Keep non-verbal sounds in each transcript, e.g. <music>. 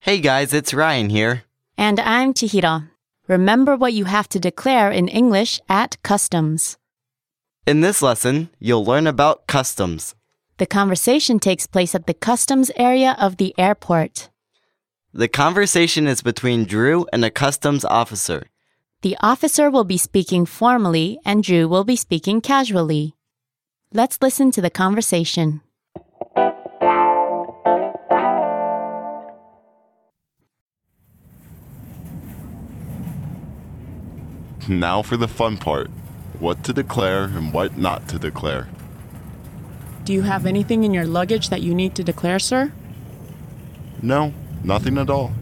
Hey guys, it's Ryan here. And I'm Chihiro. Remember what you have to declare in English at customs. In this lesson, you'll learn about customs. The conversation takes place at the customs area of the airport. The conversation is between Drew and a customs officer. The officer will be speaking formally and Drew will be speaking casually. Let's listen to the conversation. Now for the fun part what to declare and what not to declare. Do you have anything in your luggage that you need to declare, sir? No, nothing at all.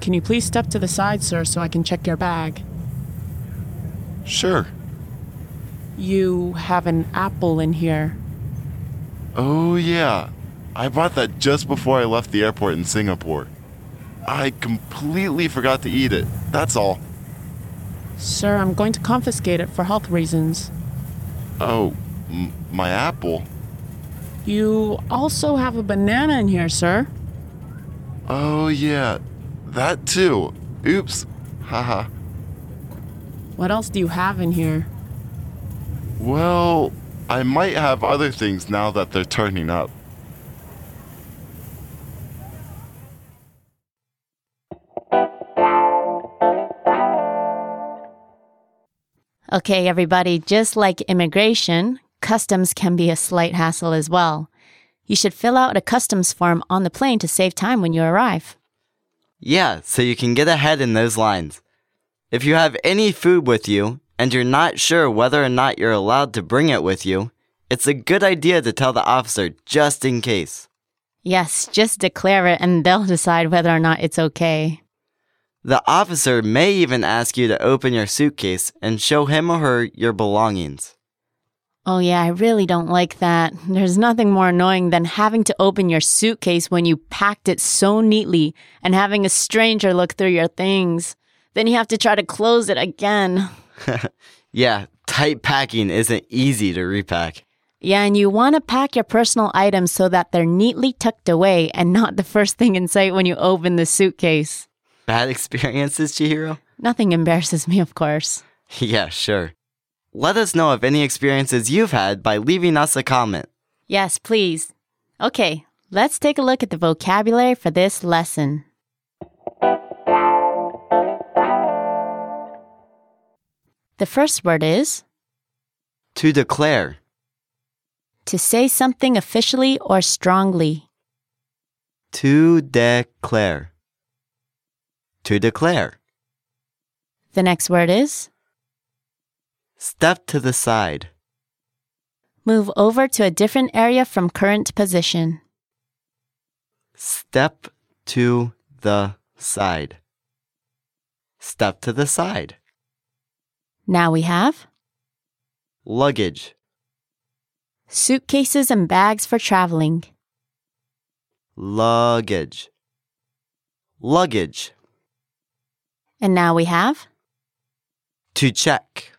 Can you please step to the side, sir, so I can check your bag? Sure. You have an apple in here. Oh, yeah. I bought that just before I left the airport in Singapore. I completely forgot to eat it. That's all. Sir, I'm going to confiscate it for health reasons. Oh, m- my apple. You also have a banana in here, sir. Oh, yeah. That too. Oops. Haha. What else do you have in here? well, I might have other things now that they're turning up. Okay, everybody, just like immigration, customs can be a slight hassle as well. You should fill out a customs form on the plane to save time when you arrive. Yeah, so you can get ahead in those lines. If you have any food with you and you're not sure whether or not you're allowed to bring it with you, it's a good idea to tell the officer just in case. Yes, just declare it and they'll decide whether or not it's okay. The officer may even ask you to open your suitcase and show him or her your belongings. Oh, yeah, I really don't like that. There's nothing more annoying than having to open your suitcase when you packed it so neatly and having a stranger look through your things. Then you have to try to close it again. Yeah, tight packing isn't easy to repack. Yeah, and you want to pack your personal items so that they're neatly tucked away and not the first thing in sight when you open the suitcase. Bad <laughs> experiences, Chihiro? Nothing embarrasses me, of course. Yeah, sure. Let us know of any experiences you've had by leaving us a comment. Yes, please. Okay, let's take a look at the vocabulary for this lesson. The first word is To declare, to say something officially or strongly. to declare, to declare. The next word is Step to the side, move over to a different area from current position. step to the side, step to the side. Now we have Luggage, suitcases and bags for traveling. luggage, luggage. And now we have To check,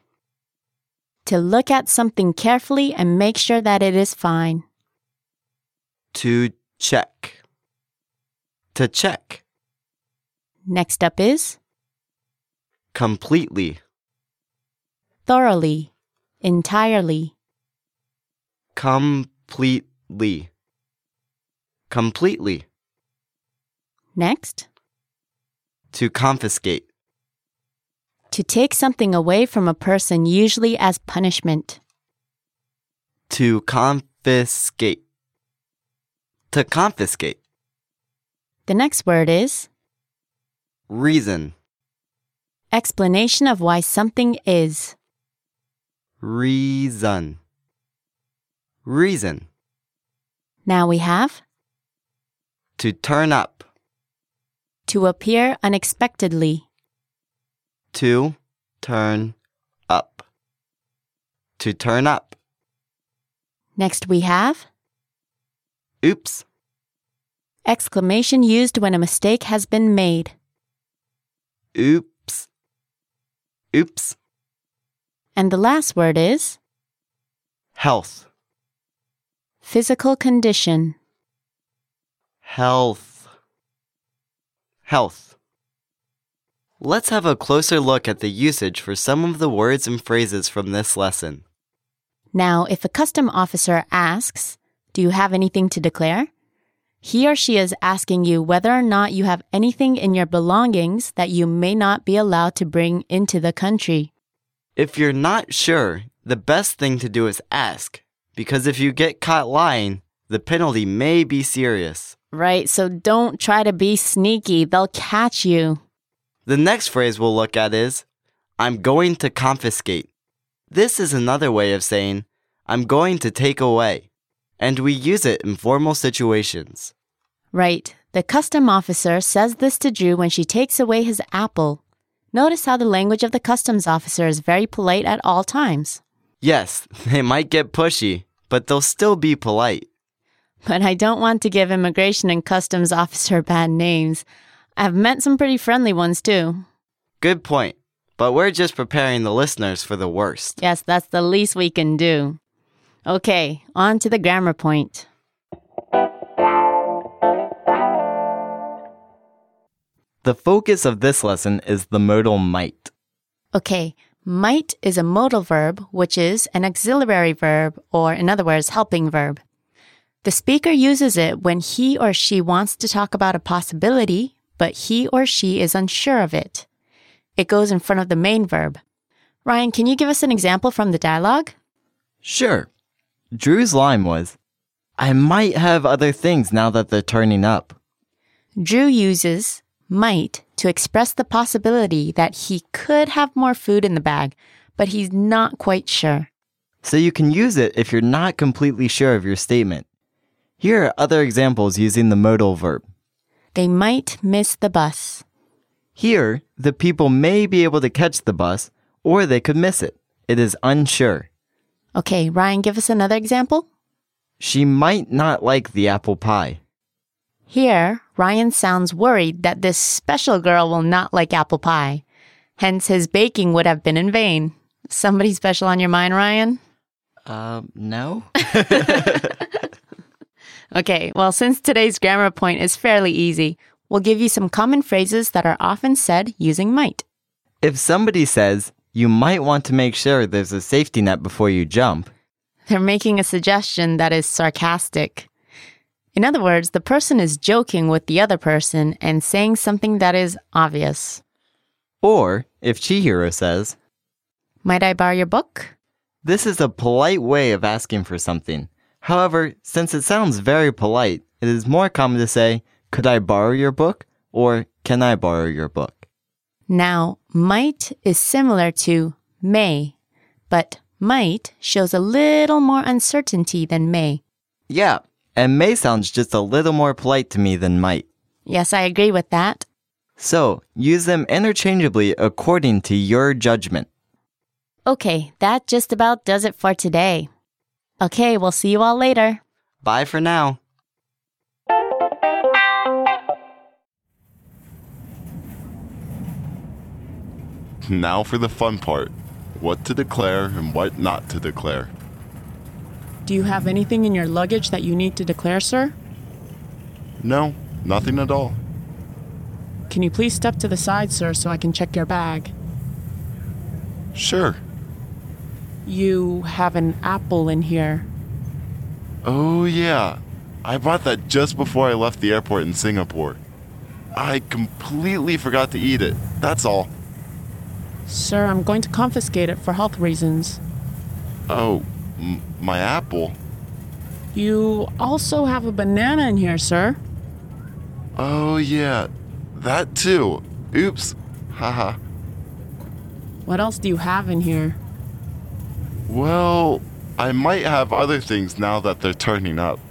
to look at something carefully and make sure that it is fine. to check, to check. Next up is Completely, thoroughly, entirely. completely, completely. Next, To confiscate, to take something away from a person, usually as punishment. to confiscate, to confiscate. The next word is Reason, explanation of why something is. reason, reason. Now we have To turn up, to appear unexpectedly, to turn up, to turn up. Next, we have Oops, exclamation used when a mistake has been made. oops, oops. And the last word is Health, physical condition. health, health. Let's have a closer look at the usage for some of the words and phrases from this lesson. Now, if a custom officer asks, Do you have anything to declare? He or she is asking you whether or not you have anything in your belongings that you may not be allowed to bring into the country. If you're not sure, the best thing to do is ask, because if you get caught lying, the penalty may be serious. Right, so don't try to be sneaky, they'll catch you. The next phrase we'll look at is I'm going to confiscate. This is another way of saying I'm going to take away, and we use it in formal situations. Right, the custom officer says this to Drew when she takes away his apple. Notice how the language of the customs officer is very polite at all times. Yes, <laughs> they might get pushy, but they'll still be polite. But I don't want to give immigration and customs officer bad names. I've met some pretty friendly ones too. Good point, but we're just preparing the listeners for the worst. Yes, that's the least we can do. Okay, on to the grammar point. The focus of this lesson is the modal might. Okay, might is a modal verb, which is an auxiliary verb, or in other words, helping verb. The speaker uses it when he or she wants to talk about a possibility, but he or she is unsure of it. It goes in front of the main verb. Ryan, can you give us an example from the dialogue? Sure. Drew's line was, I might have other things now that they're turning up. Drew uses might to express the possibility that he could have more food in the bag, but he's not quite sure. So you can use it if you're not completely sure of your statement. Here are other examples using the modal verb. They might miss the bus. Here, the people may be able to catch the bus, or they could miss it. It is unsure. Okay, Ryan, give us another example. She might not like the apple pie. Here, Ryan sounds worried that this special girl will not like apple pie. Hence, his baking would have been in vain. Somebody special on your mind, Ryan? Um, no? Okay, well, since today's grammar point is fairly easy, we'll give you some common phrases that are often said using might. <laughs> if somebody says, you might want to make sure there's a safety net before you jump, They're making a suggestion that is sarcastic. In other words, the person is joking with the other person and saying something that is obvious. or if Chihiro says, Might I borrow your book? This is a polite way of asking for something. However, since it sounds very polite, it is more common to say, Could I borrow your book? or Can I borrow your book? Now, might is similar to may, but might shows a little more uncertainty than may. Yeah, and may sounds just a little more polite to me than might. Yes, I agree with that. So, use them interchangeably according to your judgment. Okay, that just about does it for today. Okay, we'll see you all later. Bye for now. Now for the fun part what to declare and what not to declare. Do you have anything in your luggage that you need to declare, sir? No, nothing at all. Can you please step to the side, sir, so I can check your bag? Sure. You have an apple in here. Oh, yeah. I bought that just before I left the airport in Singapore. I completely forgot to eat it. That's all. Sir, I'm going to confiscate it for health reasons. Oh, m- my apple. You also have a banana in here, sir. Oh, yeah. That too. Oops. Haha. What else do you have in here? Well, I might have other things now that they're turning up.